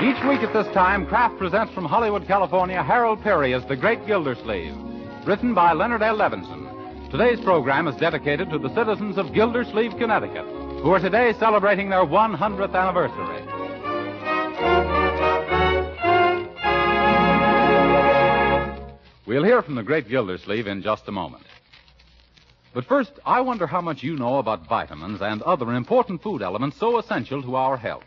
Each week at this time, Kraft presents from Hollywood, California, Harold Perry as The Great Gildersleeve, written by Leonard L. Levinson. Today's program is dedicated to the citizens of Gildersleeve, Connecticut, who are today celebrating their 100th anniversary. We'll hear from the great Gildersleeve in just a moment. But first, I wonder how much you know about vitamins and other important food elements so essential to our health.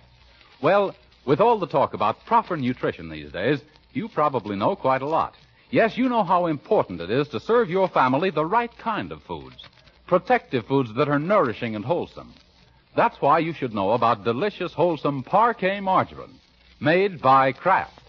Well, with all the talk about proper nutrition these days, you probably know quite a lot. Yes, you know how important it is to serve your family the right kind of foods, protective foods that are nourishing and wholesome. That's why you should know about delicious, wholesome parquet margarine, made by Kraft.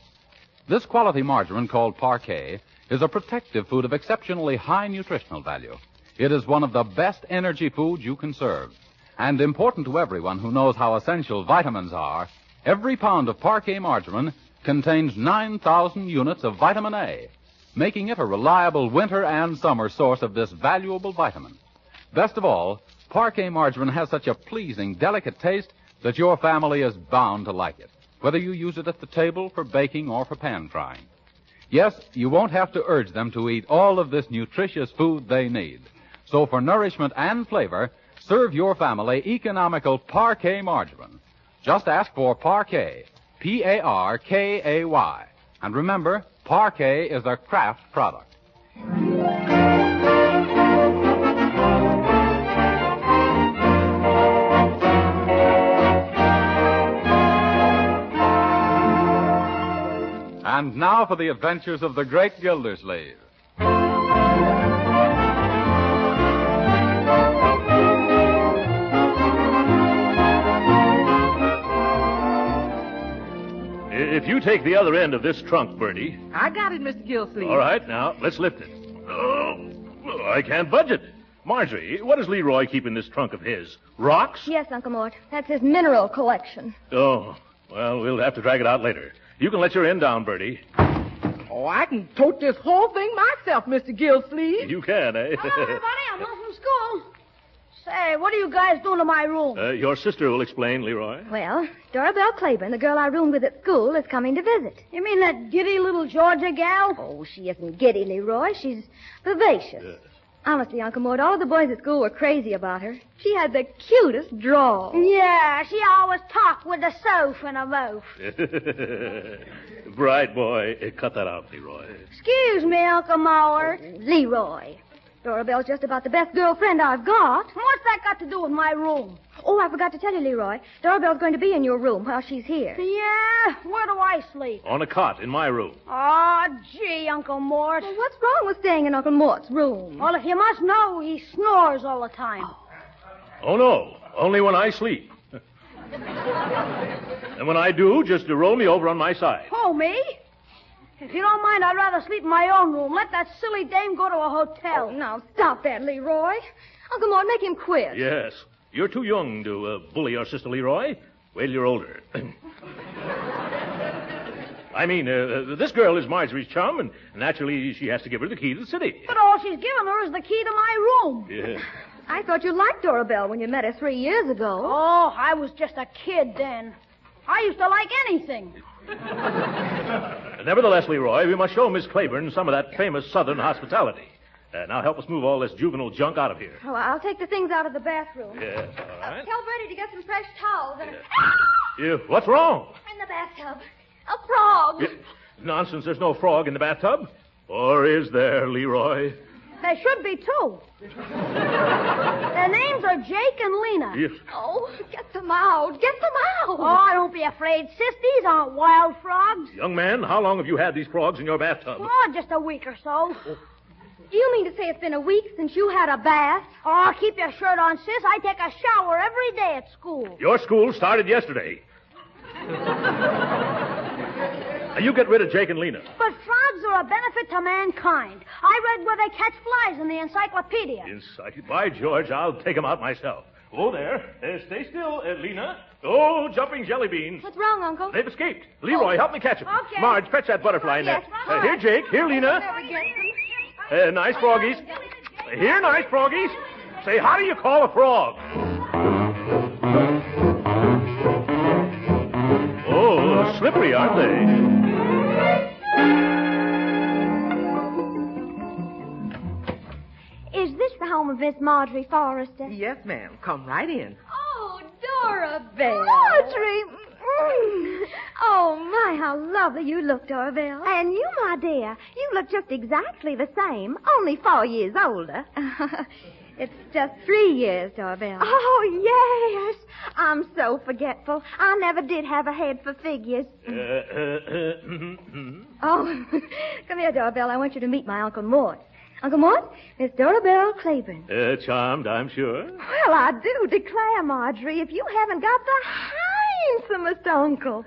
This quality margarine, called parquet, is a protective food of exceptionally high nutritional value. It is one of the best energy foods you can serve. And important to everyone who knows how essential vitamins are, every pound of parquet margarine contains 9,000 units of vitamin A, making it a reliable winter and summer source of this valuable vitamin. Best of all, parquet margarine has such a pleasing, delicate taste that your family is bound to like it, whether you use it at the table, for baking, or for pan frying. Yes, you won't have to urge them to eat all of this nutritious food they need. So for nourishment and flavor, serve your family economical parquet margarine. Just ask for parquet, P A R K A Y. And remember, parquet is a Kraft product. And now for the adventures of the great Gildersleeve. If you take the other end of this trunk, Bertie. I got it, Mr. Gilsleeve. All right, now, let's lift it. Oh, well, I can't budge it. Marjorie, what does Leroy keep in this trunk of his? Rocks? Yes, Uncle Mort. That's his mineral collection. Oh, well, we'll have to drag it out later. You can let your end down, Bertie. Oh, I can tote this whole thing myself, Mr. Gilsleeve. You can, eh? Hello, everybody. I'm home from school. Say, what are you guys doing to my room? uh, your sister will explain, Leroy. Well, Dora Bell Claiborne, the girl I roomed with at school, is coming to visit. You mean that giddy little Georgia gal? Oh, she isn't giddy, Leroy. She's vivacious. Honestly, Uncle Mort, all the boys at school were crazy about her. She had the cutest drawl. Yeah, she always talked with a soap in her mouth. Bright boy. Uh, Cut that out, Leroy. Excuse me, Uncle Mort. Leroy. Dora Bell's just about the best girlfriend I've got. What's that got to do with my room? Oh, I forgot to tell you, Leroy. Dora Bell's going to be in your room while she's here. Yeah, where do I sleep? On a cot in my room. Oh, gee, Uncle Mort. Well, what's wrong with staying in Uncle Mort's room? Well, if you must know, he snores all the time. Oh, no. Only when I sleep. and when I do, just to roll me over on my side. Oh, me? If you don't mind, I'd rather sleep in my own room. Let that silly dame go to a hotel. Oh, now stop that, Leroy. Uncle Mort, make him quit. Yes. You're too young to uh, bully your sister Leroy. Wait till you're older. I mean, uh, uh, this girl is Marjorie's chum, and naturally she has to give her the key to the city. But all she's given her is the key to my room. Yeah. I thought you liked Dora Bell when you met her three years ago. Oh, I was just a kid then. I used to like anything. Nevertheless, Leroy, we must show Miss Claiborne some of that famous Southern hospitality. Uh, now help us move all this juvenile junk out of here. Oh, I'll take the things out of the bathroom. Yeah, all right. Tell Bertie to get some fresh towels and a... Yeah, what's wrong? in the bathtub. A frog. Yeah, nonsense, there's no frog in the bathtub. Or is there, Leroy? There should be two. Their names are Jake and Lena. Yes. Oh, get them out. Get them out. Oh, don't be afraid, sis. These aren't wild frogs. Young man, how long have you had these frogs in your bathtub? Oh, just a week or so. Do you mean to say it's been a week since you had a bath? Oh, keep your shirt on, sis. I take a shower every day at school. Your school started yesterday. Now, you get rid of Jake and Lena. But frogs are a benefit to mankind. I read where they catch flies in the encyclopedia. Inside. By George, I'll take them out myself. Oh, there. Uh, stay still, uh, Lena. Oh, jumping jelly beans. What's wrong, Uncle? They've escaped. Leroy, help me catch them. Okay. Oh, Marge, fetch that butterfly Yes, net. right. Uh, here, Jake. Here, Lena. Uh, nice froggies. Uh, Here, nice froggies. Say, how do you call a frog? Oh, slippery, aren't they? Is this the home of Miss Marjorie Forrester? Yes, ma'am. Come right in. Oh, Dora Bell. Marjorie! Mm. Oh, my, how lovely you look, Dora Bell. And you, my dear, you look just exactly the same, only four years older. it's just three years, Dora Bell. Oh, yes. I'm so forgetful. I never did have a head for figures. Uh, uh, uh, Oh, come here, Dora Bell. I want you to meet my Uncle Mort. Uncle Mort, Miss Dora Bell Claiborne. Uh, charmed, I'm sure. Well, I do declare, Marjorie, if you haven't got the handsomest uncle.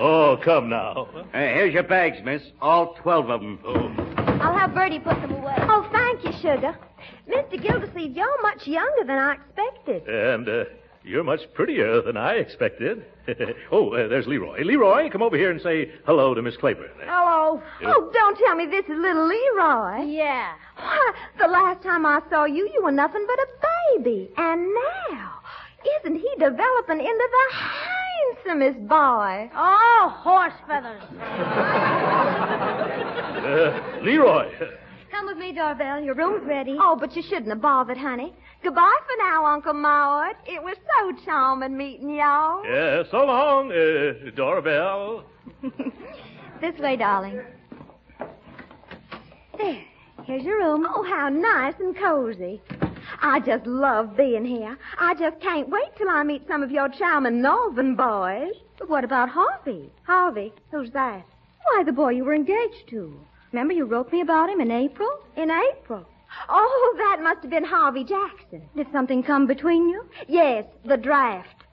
oh, come now. here's your bags, miss. All 12 of them. Oh. I'll have Bertie put them away. oh, thank you, sugar. Mr. Gildersleeve, you're much younger than I expected. And uh, you're much prettier than I expected. oh, uh, there's Leroy. Leroy, come over here and say hello to Miss Claiborne. Hello. Oh, don't tell me this is little Leroy. Yeah. Why, the last time I saw you, you were nothing but a baby. And now, isn't he developing into the handsomest boy? Oh, horse feathers. Uh, Leroy. Come with me, Dora Bell. Your room's ready. Oh, but you shouldn't have bothered, honey. Goodbye for now, Uncle Maud. It was so charming meeting y'all. Yeah, so long, uh, Dora Bell. This way, darling. There. Here's your room. Oh, how nice and cozy. I just love being here. I just can't wait till I meet some of your charming northern boys. But what about Harvey? Harvey? Who's that? Why, the boy you were engaged to. Remember you wrote me about him in April? In April. Oh, that must have been Harvey Jackson. Did something come between you? Yes, the draft.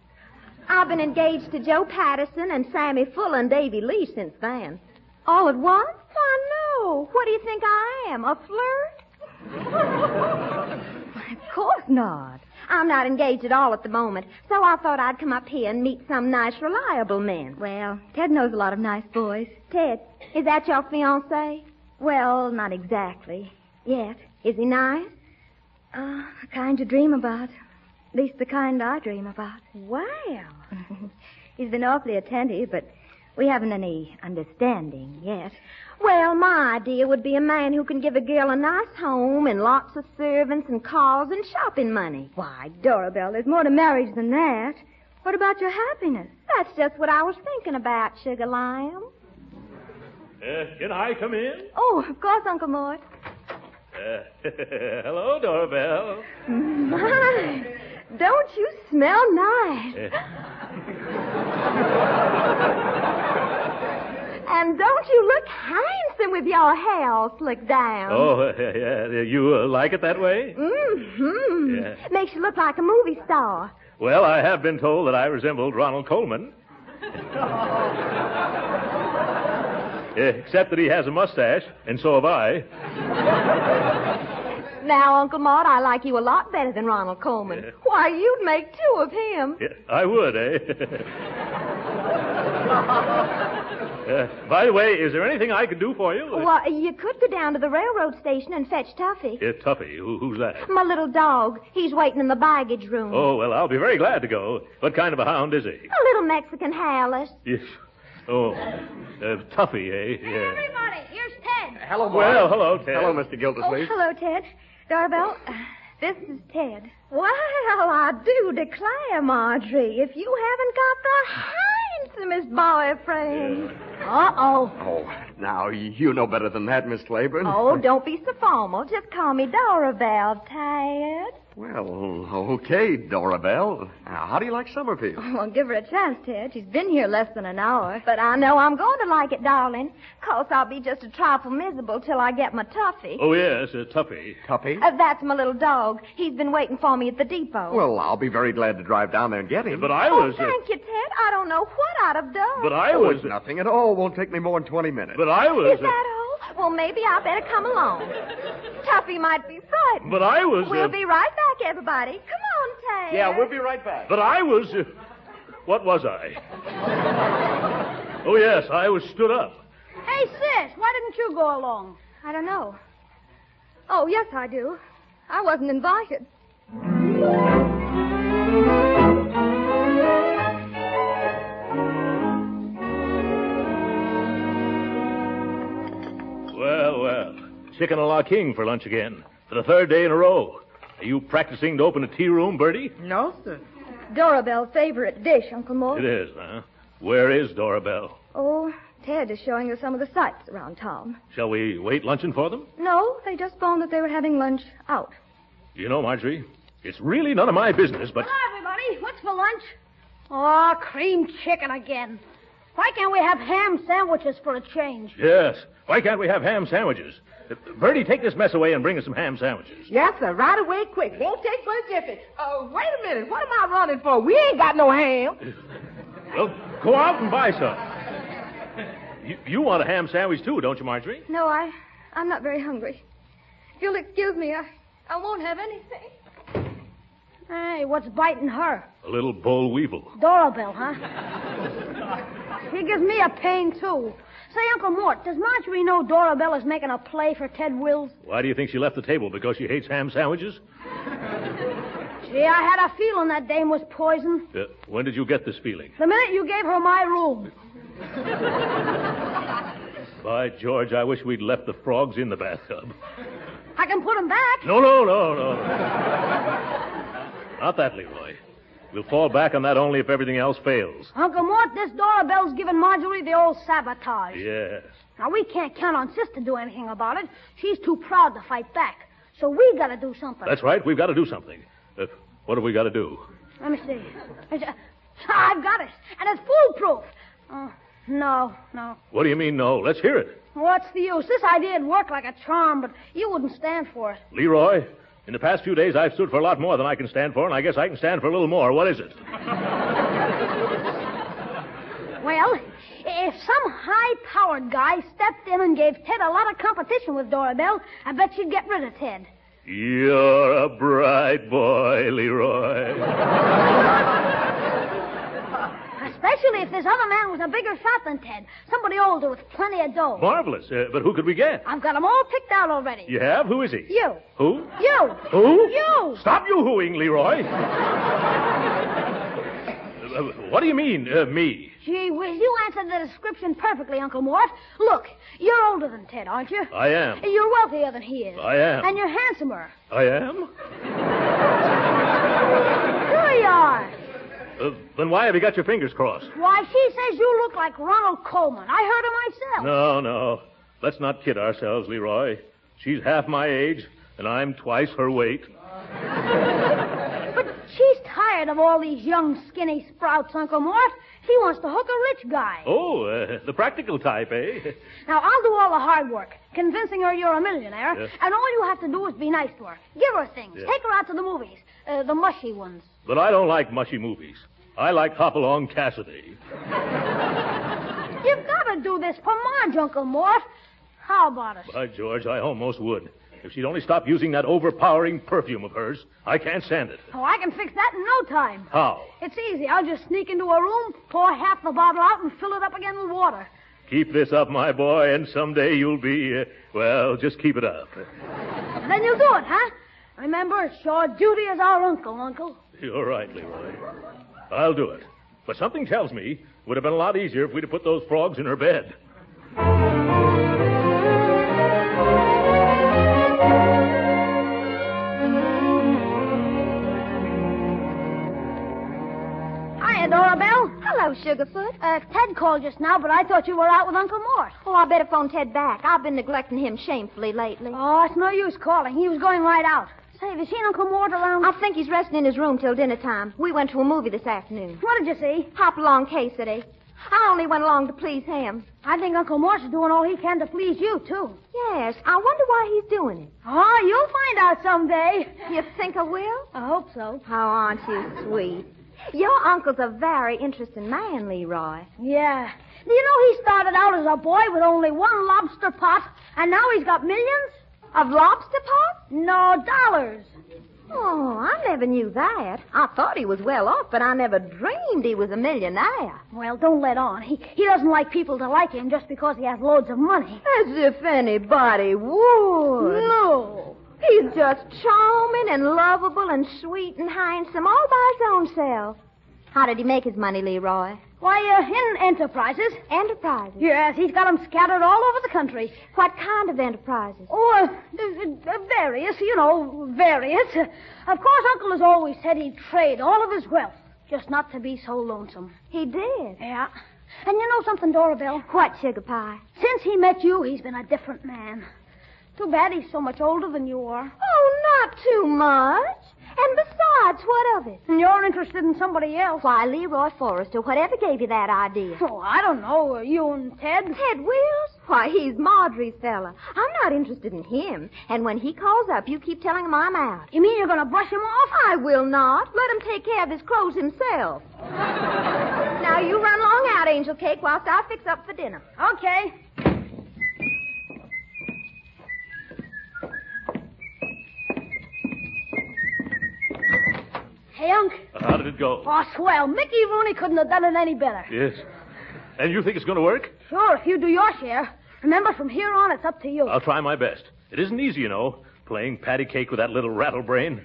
I've been engaged to Joe Patterson and Sammy Fuller and Davy Lee since then. All at once? Why, no. What do you think I am, a flirt? Of course not. I'm not engaged at all at the moment, so I thought I'd come up here and meet some nice, reliable men. Well, Ted knows a lot of nice boys. Ted, is that your fiancé? Well, not exactly. Yet. Is he nice? Uh, the kind you dream about. At least the kind I dream about. Wow. He's been awfully attentive, but we haven't any understanding yet. Well, my idea would be a man who can give a girl a nice home and lots of servants and cars and shopping money. Why, Dorabelle, there's more to marriage than that. What about your happiness? That's just what I was thinking about, Sugar Lamb. Uh, can I come in? Oh, of course, Uncle Mort. Uh, hello, Dora Bell. My, don't you smell nice? Eh. and don't you look handsome with your hair all slicked down? Oh, yeah, you uh, like it that way? hmm Yeah. Makes you look like a movie star. Well, I have been told that I resembled Ronald Coleman. Except that he has a mustache, and so have I. Now, Uncle Maud, I like you a lot better than Ronald Coleman. Why, you'd make two of him. Yeah, I would, eh? Uh, by the way, is there anything I can do for you? Well, you could go down to the railroad station and fetch Tuffy. Yeah, Uh, Tuffy, who, who's that? My little dog. He's waiting in the baggage room. Oh, well, I'll be very glad to go. What kind of a hound is he? A little Mexican hairless. Yes. Oh, uh, Tuffy, eh? Yeah. Everybody, here's Ted. Hello, Marge. Well, hello, Ted. Hello, Mr. Oh, Gildersleeve. hello, Ted. Dorabelle, uh, this is Ted. Well, I do declare, Marjorie, if you haven't got the handsomest boyfriend. Uh-oh. Oh, now, you know Oh, better than that, Miss Claiborne. Oh, don't be so formal. Just call me Dorabelle, Tad. Well, okay, Dora Bell. Now, how do you like Summerfield? Well, give her a chance, Ted. She's been here less than an hour. But I know I'm going to like it, darling. 'Course I'll be just a trifle miserable till I get my Tuffy. Oh, yes, a toughie. Tuppy? Uh, that's my little dog. He's been waiting for me at the depot. Well, I'll be very glad to drive down there and get him. But I oh, was. uh, thank you, Ted. I don't know what I'd have done. but I Oh, was. it's nothing at all. Won't take me more than 20 minutes. But I was. Is uh, that all? Well, maybe I better come along. Tuffy might be frightened. But I was. uh, We'll be right back, everybody. Come on, Ted. be right back. But I was. Uh, what was I? oh, yes, I was stood up. Hey, sis, why didn't you go along? I don't know. Oh, yes, I do. I wasn't invited. Well, well. Chicken a la king for lunch again. For the third day in a row. Are you practicing to open a tea room, Bertie? No, sir. Dorabelle's favorite dish, Uncle Mort. It is, huh? Where is Dora Bell? Oh, Ted is showing her some of the sights around town. Shall we wait luncheon for them? No, they just phoned that they were having lunch out. You know, Marjorie, it's really none of my business, but. Hello, everybody. What's for lunch? Oh, cream chicken again. Why can't we have ham sandwiches for a change? Yes. Why can't we have ham sandwiches? Uh, Bertie, take this mess away and bring us some ham sandwiches. Yes, sir. Right away, quick. Won't take much effort. Uh, wait a minute. What am I running for? We ain't got no ham. Well, go out and buy some. You, you want a ham sandwich, too, don't you, Marjorie? No, I, I'm not very hungry. If you'll excuse me, I, I won't have anything. Hey, what's biting her? A little boll weevil. Dora Bell, huh? she gives me a pain, too. Say, Uncle Mort, does Marjorie know Dora Bell is making a play for Ted Wills? Why do you think she left the table? Because she hates ham sandwiches? Gee, I had a feeling that dame was poisoned. Uh, when did you get this feeling? The minute you gave her my room. By George, I wish we'd left the frogs in the bathtub. I can put him back. No, no, no, no. Not that, Leroy. We'll fall back on that only if everything else fails. Uncle Mort, this Dora Bell's giving Marjorie the old sabotage. Yes. Now, we can't count on Sis to do anything about it. She's too proud to fight back. So we gotta do something. That's right. We've got to do something. Uh, what have we got to do? Let me see. uh, I've got it. And it's foolproof. Oh, no, no. What do you mean, no? Let's hear it. What's the use? This idea'd work like a charm, but you wouldn't stand for it. Leroy, in the past few days, I've stood for a lot more than I can stand for, and I guess I can stand for a little more. What is it? Well, if some high-powered guy stepped in and gave Ted a lot of competition with Dora Bell, I bet she'd get rid of Ted. You're a bright boy, Leroy. Especially if this other man was a bigger shot than Ted. Somebody older with plenty of dough. Marvelous. Uh, but who could we get? I've got 'em all picked out already. You have? Who is he? You. Who? You. Who? You. Stop you hooing, Leroy. Uh, what do you mean, uh, me? Gee whiz, you answered the description perfectly, Uncle Mort. Look, you're older than Ted, aren't you? I am. You're wealthier than he is. I am. And you're handsomer. I am? Sure you are. Uh, then why have you got your fingers crossed? Why, she says you look like Ronald Coleman. I heard her myself. No, no. Let's not kid ourselves, Leroy. She's half my age, and I'm twice her weight. But she's tired of all these young, skinny sprouts, Uncle Mort. She wants to hook a rich guy. Oh, uh, the practical type, eh? Now, I'll do all the hard work, convincing her you're a millionaire, Yeah. and all you have to do is be nice to her. Give her things. Yeah. Take her out to the movies, uh, the mushy ones. But I don't like mushy movies. I like Hopalong Cassidy. You've got to do this for Marge, Uncle Mort. How about us? By George, I almost would. If she'd only stop using that overpowering perfume of hers, I can't stand it. Oh, I can fix that in no time. How? It's easy. I'll just sneak into a room, pour half the bottle out, and fill it up again with water. Keep this up, my boy, and someday you'll be, uh, well, just keep it up. And then you'll do it, huh? Remember, it's your duty as our uncle, Uncle. You're right, Leroy. I'll do it. But something tells me it would have been a lot easier if we'd have put those frogs in her bed. Hiya, Dora Bell. Hello, Sugarfoot. Uh, Ted called just now, but I thought you were out with Uncle Mort. Oh, I better phone Ted back. I've been neglecting him shamefully lately. Oh, it's no use calling. He was going right out. Say, have you seen Uncle Mort around? I think he's resting in his room till dinner time. We went to a movie this afternoon. What did you see? Hop along Cassidy. I only went along to please him. I think Uncle Mort's doing all he can to please you, too. Yes, I wonder why he's doing it. Oh, you'll find out someday. You think I will? I hope so. How aren't you sweet? Your uncle's a very interesting man, Leroy. Yeah. Do you know he started out as a boy with only one lobster pot, and now he's got millions? Of lobster pot? No, dollars. Oh, I never knew that. I thought he was well off, but I never dreamed he was a millionaire. Well, don't let on. He, he doesn't like people to like him just because he has loads of money. As if anybody would. No. He's just charming and lovable and sweet and handsome all by his own self. How did he make his money, Leroy? Why, uh, in enterprises. Enterprises. Yes, he's got 'em scattered all over the country. What kind of enterprises? Oh, uh, uh, various, you know, various. Of course, Uncle has always said he'd trade all of his wealth just not to be so lonesome. He did. Yeah. And you know something, Dorabelle? What, Sugar Pie? Since he met you, he's been a different man. Too bad he's so much older than you are. Oh, not too much. And besides, what of it? And you're interested in somebody else. Why, Leroy Forrester, whatever gave you that idea? Oh, I don't know. You and Ted? Ted Wills? Why, he's Marjorie's fella. I'm not interested in him. And when he calls up, you keep telling him I'm out. You mean you're going to brush him off? I will not. Let him take care of his clothes himself. now, you run along out, Angel Cake, whilst I fix up for dinner. Okay. Hey, Unc. How did it go? Oh, swell. Mickey Rooney couldn't have done it any better. Yes. And you think it's going to work? Sure, if you do your share. Remember, from here on, it's up to you. I'll try my best. It isn't easy, you know, playing patty cake with that little rattlebrain.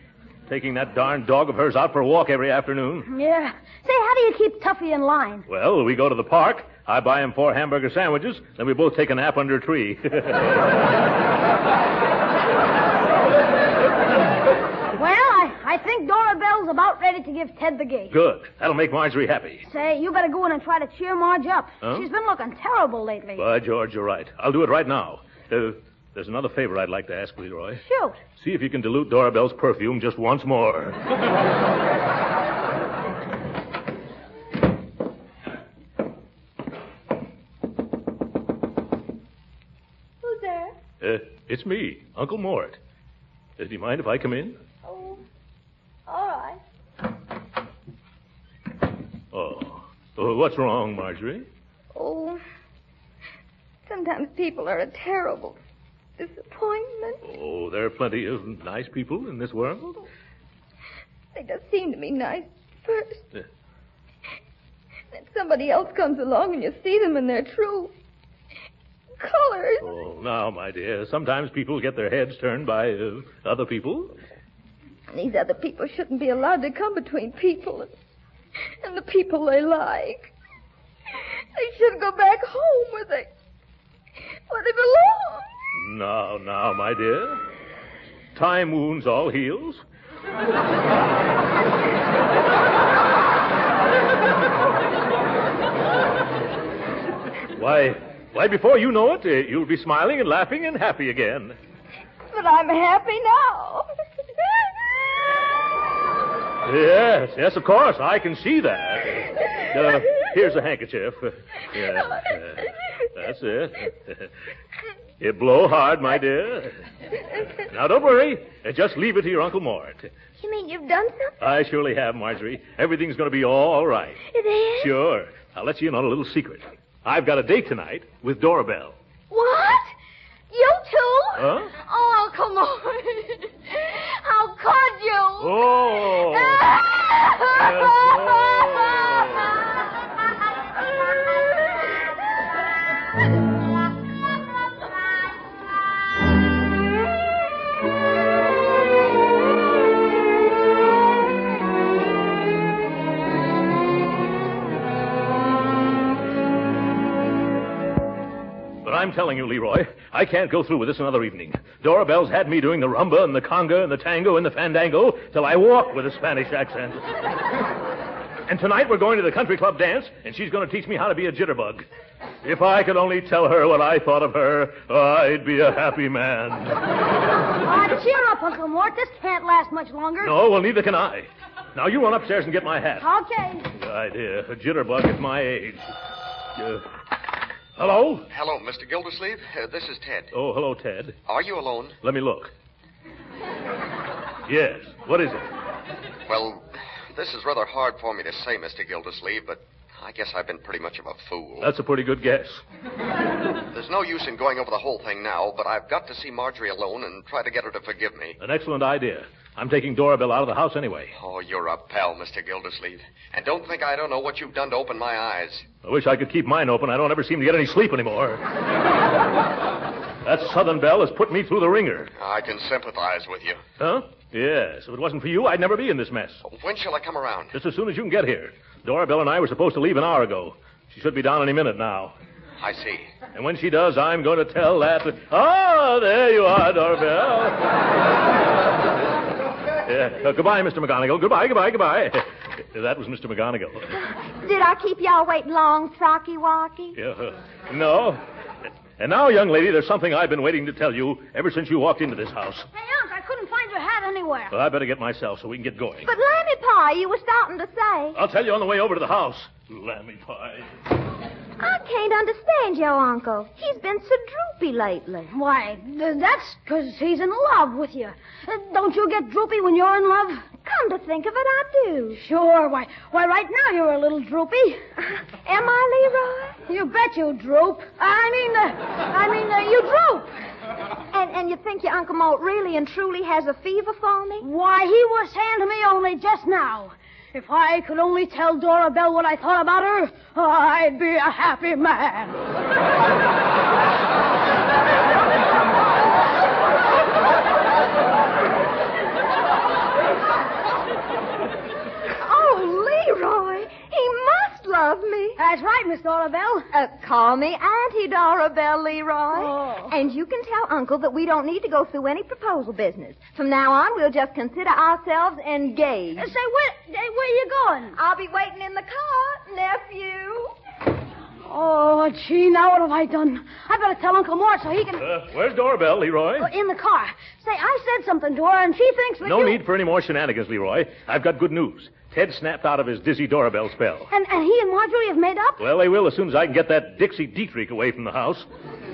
Taking that darn dog of hers out for a walk every afternoon. Yeah. Say, how do you keep Tuffy in line? Well, we go to the park. I buy him four hamburger sandwiches. Then we both take a nap under a tree. Well, I, I think Dora Bell's about ready to give Ted the gig. Good. That'll make Marjorie happy. Say, you better go in and try to cheer Marge up. Huh? She's been looking terrible lately. By George, you're right. I'll do it right now. Uh, there's another favor I'd like to ask, Leroy. Shoot. See if you can dilute Dora Bell's perfume just once more. Who's there? Uh, it's me, Uncle Mort. Uh, do you mind if I come in? Oh, all right. Oh. oh what's wrong, Marjorie? Oh, sometimes people are a terrible disappointment. Oh, there are plenty of nice people in this world. They just seem to me nice first. Yeah. Then somebody else comes along and you see them in their true colors. Oh, now, my dear, sometimes people get their heads turned by uh, other people. And These other people shouldn't be allowed to come between people and, and the people they like. They should go back home where they where they belong. Now, now, my dear. Time wounds all heals. why, why, before you know it, uh, you'll be smiling and laughing and happy again. But I'm happy now. Yes, yes, of course. I can see that. Uh, here's a handkerchief. Uh, yeah, uh, that's it. You blow hard, my dear. Now, don't worry. Uh, Just leave it to your Uncle Mort. you mean you've done something? I surely have, Marjorie. Everything's going to be all right. It is? Sure. I'll let you in on a little secret. I've got a date tonight with Dora Bell. What? You two? Huh? Oh, come on. How could you? Oh! But I'm telling you, Leroy, I can't go through with this another evening. Dora Bell's had me doing the rumba and the conga and the tango and the fandango till I walk with a Spanish accent. And tonight we're going to the country club dance, and she's going to teach me how to be a jitterbug. If I could only tell her what I thought of her, I'd be a happy man. Aw, Uh, cheer up, Uncle Mort. This can't last much longer. No, well, neither can I. Now you run upstairs and get my hat. Okay. Good idea. A jitterbug at my age. Uh, hello? Hello, Mr. Gildersleeve. Uh, this is Ted. Oh, hello, Ted. Are you alone? Let me look. Yes. What is it? Well, this is rather hard for me to say, Mr. Gildersleeve, but I guess I've been pretty much of a fool. That's a pretty good guess. There's no use in going over the whole thing now, but I've got to see Marjorie alone and try to get her to forgive me. An excellent idea. I'm taking Dorabelle out of the house anyway. Oh, you're a pal, Mr. Gildersleeve. And don't think I don't know what you've done to open my eyes. I wish I could keep mine open. I don't ever seem to get any sleep anymore. that Southern Belle has put me through the ringer. I can sympathize with you. Huh? Yes. If it wasn't for you, I'd never be in this mess. When shall I come around? Just as soon as you can get here. Dorabelle and I were supposed to leave an hour ago. She should be down any minute now. I see. And when she does, I'm going to tell that. Ah, there you are, Dorabelle. yeah. Uh, goodbye, Mr. McGonagall. Goodbye, goodbye, goodbye. that was Mr. McGonagall. Did I keep y'all waiting long, Frocky Walkie? Yeah, uh, no. And now, young lady, there's something I've been waiting to tell you ever since you walked into this house. Hey, Unc, I couldn't find your hat anywhere. Well, I better get myself so we can get going. But Lammy Pie, you were starting to say. I'll tell you on the way over to the house. Lammy pie. I can't understand your uncle. He's been so droopy lately. Why, th- that's 'cause he's in love with you. Uh, Don't you get droopy when you're in love? Come to think of it, I do. Sure. Why, why, right now you're a little droopy. Am I, Leroy? You bet you droop. I mean, uh, I mean, uh, you droop. And and you think your Uncle Mort really and truly has a fever for me? Why, he was saying to me only just now. If I could only tell Dora Bell what I thought about her, I'd be a happy man. Oh, Leroy, he must love me. That's right, Miss Dora Bell. Uh, call me Auntie Dorabelle Leroy. Oh. And you can tell Uncle that we don't need to go through any proposal business. From now on, we'll just consider ourselves engaged. Say, where, eh, where you going? I'll be waiting in the car, nephew. Oh, gee, now what have I done? I better tell Uncle Mort so he can... Uh, where's Dorabelle, Leroy? Oh, in the car. Say, I said something to her, and she thinks that No you... need for any more shenanigans, Leroy. I've got good news. Ted snapped out of his dizzy Dorabelle spell. And, and he and Marjorie have made up? Well, they will as soon as I can get that Dixie Dietrich away from the house.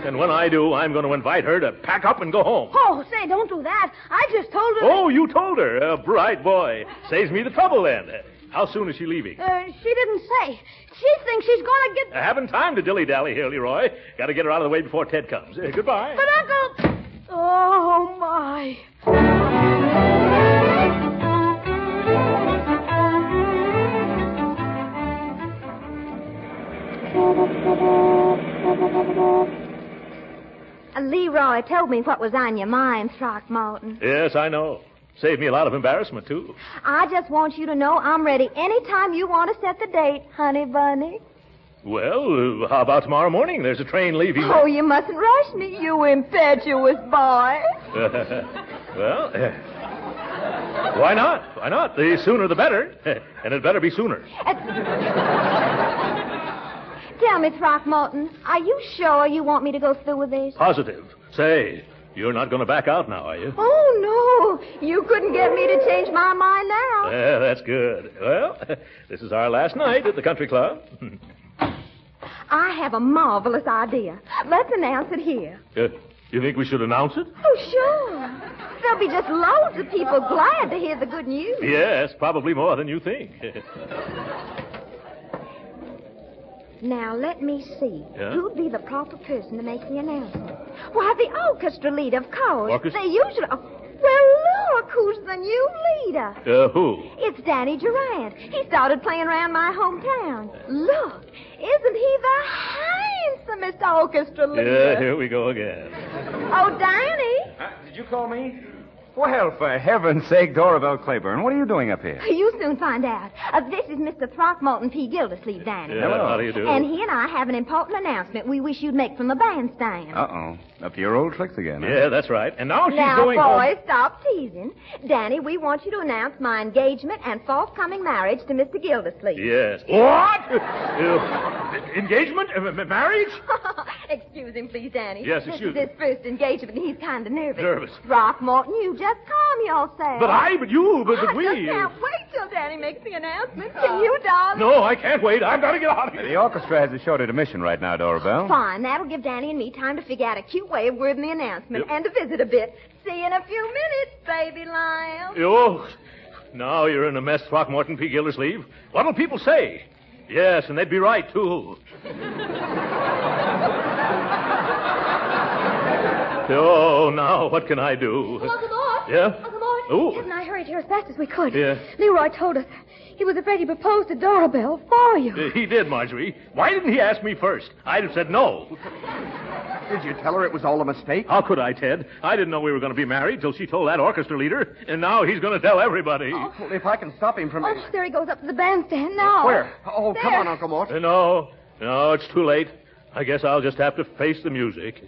And when I do, I'm going to invite her to pack up and go home. Oh, say, don't do that. I just told her... Oh, you told her. A bright boy. Saves me the trouble then. How soon is she leaving? Uh, she didn't say. She thinks she's going to get... I haven't time to dilly dally here, Leroy. Got to get her out of the way before Ted comes. Uh, goodbye. But Uncle, oh my! Uh, Leroy told me what was on your mind, Throckmorton. Yes, I know. Saved me a lot of embarrassment, too. I just want you to know I'm ready anytime you want to set the date, honey bunny. Well, uh, how about tomorrow morning? There's a train leaving. Oh, you mustn't rush me, you impetuous boy. well, eh, why not? Why not? The sooner the better. and it better be sooner. Tell me, Throckmorton, are you sure you want me to go through with this? Positive. Say, you're not going to back out now, are you? Oh, no. You couldn't get me to change my mind now. Yeah, that's good. Well, this is our last night at the country club. I have a marvelous idea. Let's announce it here. Uh, you think we should announce it? Oh, sure. There'll be just loads of people glad to hear the good news. Yes, probably more than you think. Now, let me see. Yeah? Who'd be the proper person to make the announcement? Why, the orchestra leader, of course. Orchestra- They usually. oh, Well, look, who's the new leader? uh, who? It's Danny Durant. He started playing around my hometown. Look, isn't he the handsomest orchestra Yeah, leader? here we go again. Oh, Danny. Huh? Did you call me? Well, for heaven's sake, Dorabelle Claiborne, what are you doing up here? You'll soon find out. Uh, this is Mr. Throckmorton P. Gildersleeve, Danny. Yeah, Hello. how do you do? And he and I have an important announcement we wish you'd make from the bandstand. Uh oh. Up to your old tricks again. Huh? Yeah, that's right. And now she's now, going home. boys, stop teasing. Danny, we want you to announce my engagement and forthcoming marriage to Mr. Gildersleeve. Yes. What? Uh, engagement? Uh, m- marriage? excuse him, please, Danny. Yes, this excuse is his first engagement, and he's kind of nervous. Nervous. Throckmorton, you just calm yourself. But I, but you, but, but I we. just can't wait till Danny makes the announcement. Can you, darling? No, I can't wait. I've got to get out of The here. orchestra has a short intermission right now, Dorabelle. Fine, that'll give Danny and me time to figure out a cute way of wording the announcement and to visit a bit. See you in a few minutes, baby lion. Oh, now you're in a mess, Throckmorton P. Gildersleeve. What'll people say? Yes, and they'd be right, too. oh, now what can I do? Uncle Mort? Yeah? Uncle Mort? Ooh. Ted and I hurried here as fast as we could. Yeah. Leroy told us he was afraid he proposed to Dorabelle for you. Uh, He did, Marjorie. Why didn't he ask me first? I'd have said no. Did you tell her it was all a mistake? How could I, Ted? I didn't know we were going to be married till she told that orchestra leader, and now he's going to tell everybody. Well, if I can stop him from. Oh, there he goes up to the bandstand now. Where? Oh, come There. on, Uncle Mort. Uh, No, no, it's too late. I guess I'll just have to face the music.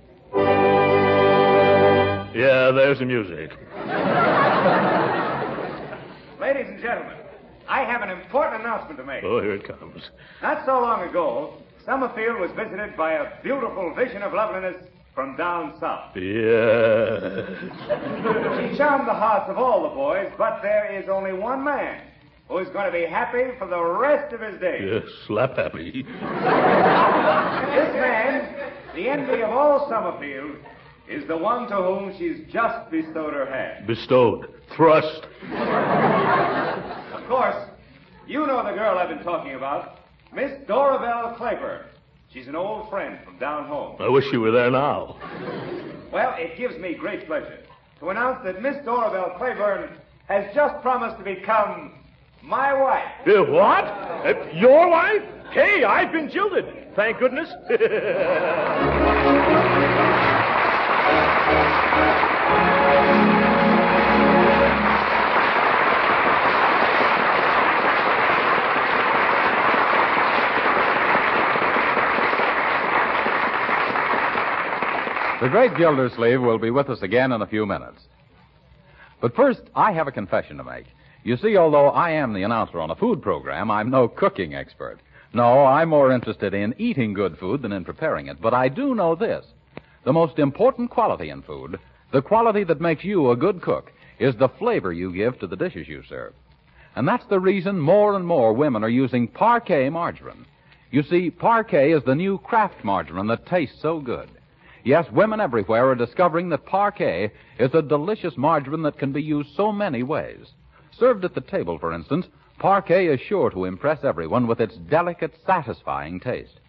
Yeah, there's the music. Ladies and gentlemen, I have an important announcement to make. Oh, here it comes. Not so long ago, Summerfield was visited by a beautiful vision of loveliness from down south. Yeah. She charmed the hearts of all the boys, but there is only one man who's going to be happy for the rest of his days. yeah slap happy. This man, the envy of all Summerfield, is the one to whom she's just bestowed her hand. Bestowed. Thrust. Of course, you know the girl I've been talking about, Miss Dorabelle Claiborne. She's an old friend from down home. I wish you were there now. Well, it gives me great pleasure to announce that Miss Dorabelle Claiborne has just promised to become my wife. Uh, what? Uh, your wife? Hey, I've been jilted. Thank goodness. Uh, The great Gildersleeve will be with us again in a few minutes. But first, I have a confession to make. You see, although I am the announcer on a food program, I'm no cooking expert. No, I'm more interested in eating good food than in preparing it. But I do know this. The most important quality in food, the quality that makes you a good cook, is the flavor you give to the dishes you serve. And that's the reason more and more women are using parquet margarine. You see, parquet is the new craft margarine that tastes so good. Yes, women everywhere are discovering that parquet is a delicious margarine that can be used so many ways. Served at the table, for instance, parquet is sure to impress everyone with its delicate, satisfying taste.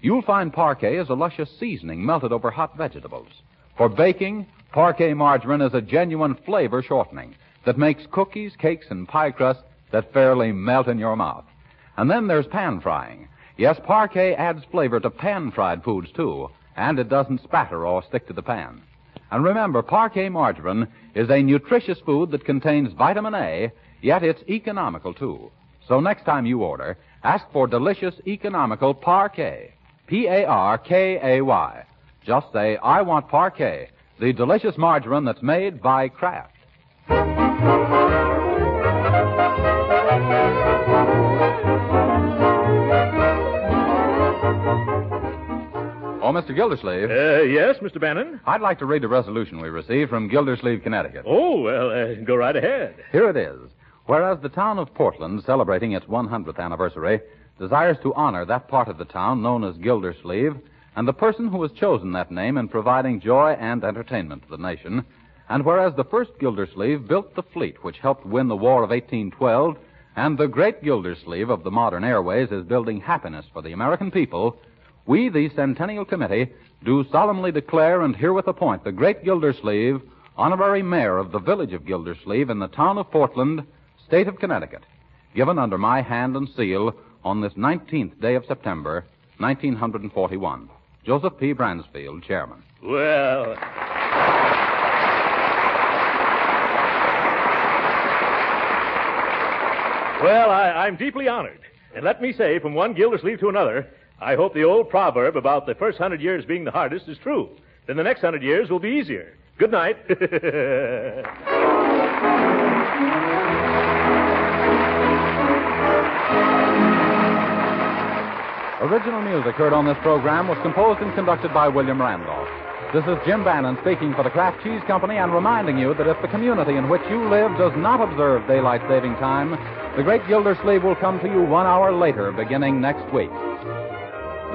You'll find parquet is a luscious seasoning melted over hot vegetables. For baking, parquet margarine is a genuine flavor shortening that makes cookies, cakes, and pie crusts that fairly melt in your mouth. And then there's pan frying. Yes, parquet adds flavor to pan fried foods too, and it doesn't spatter or stick to the pan. And remember, parquet margarine is a nutritious food that contains vitamin A, yet it's economical too. So next time you order, ask for delicious economical parquet. P-A-R-K-A-Y. Just say, I want parquet, the delicious margarine that's made by Kraft. Oh, Mr. Gildersleeve. Uh, yes, Mr. Bannon? I'd like to read a resolution we received from Gildersleeve, Connecticut. Oh, well, uh, go right ahead. Here it is. Whereas the town of Portland, celebrating its 100th anniversary, desires to honor that part of the town known as Gildersleeve and the person who has chosen that name in providing joy and entertainment to the nation, and whereas the first Gildersleeve built the fleet which helped win the War of 1812, and the great Gildersleeve of the modern airways is building happiness for the American people, we, the Centennial Committee, do solemnly declare and herewith appoint the great Gildersleeve, honorary mayor of the village of Gildersleeve in the town of Portland, state of Connecticut, given under my hand and seal on this 19th day of September, 1941. Joseph P. Bransfield, chairman. Well. Well, I, I'm deeply honored. And let me say, from one Gildersleeve to another, I hope the old proverb about the first hundred years being the hardest is true. Then the next hundred years will be easier. Good night. Original music heard on this program was composed and conducted by William Randolph. This is Jim Bannon speaking for the Kraft Cheese Company and reminding you that if the community in which you live does not observe daylight saving time, the Great Gildersleeve will come to you one hour later beginning next week.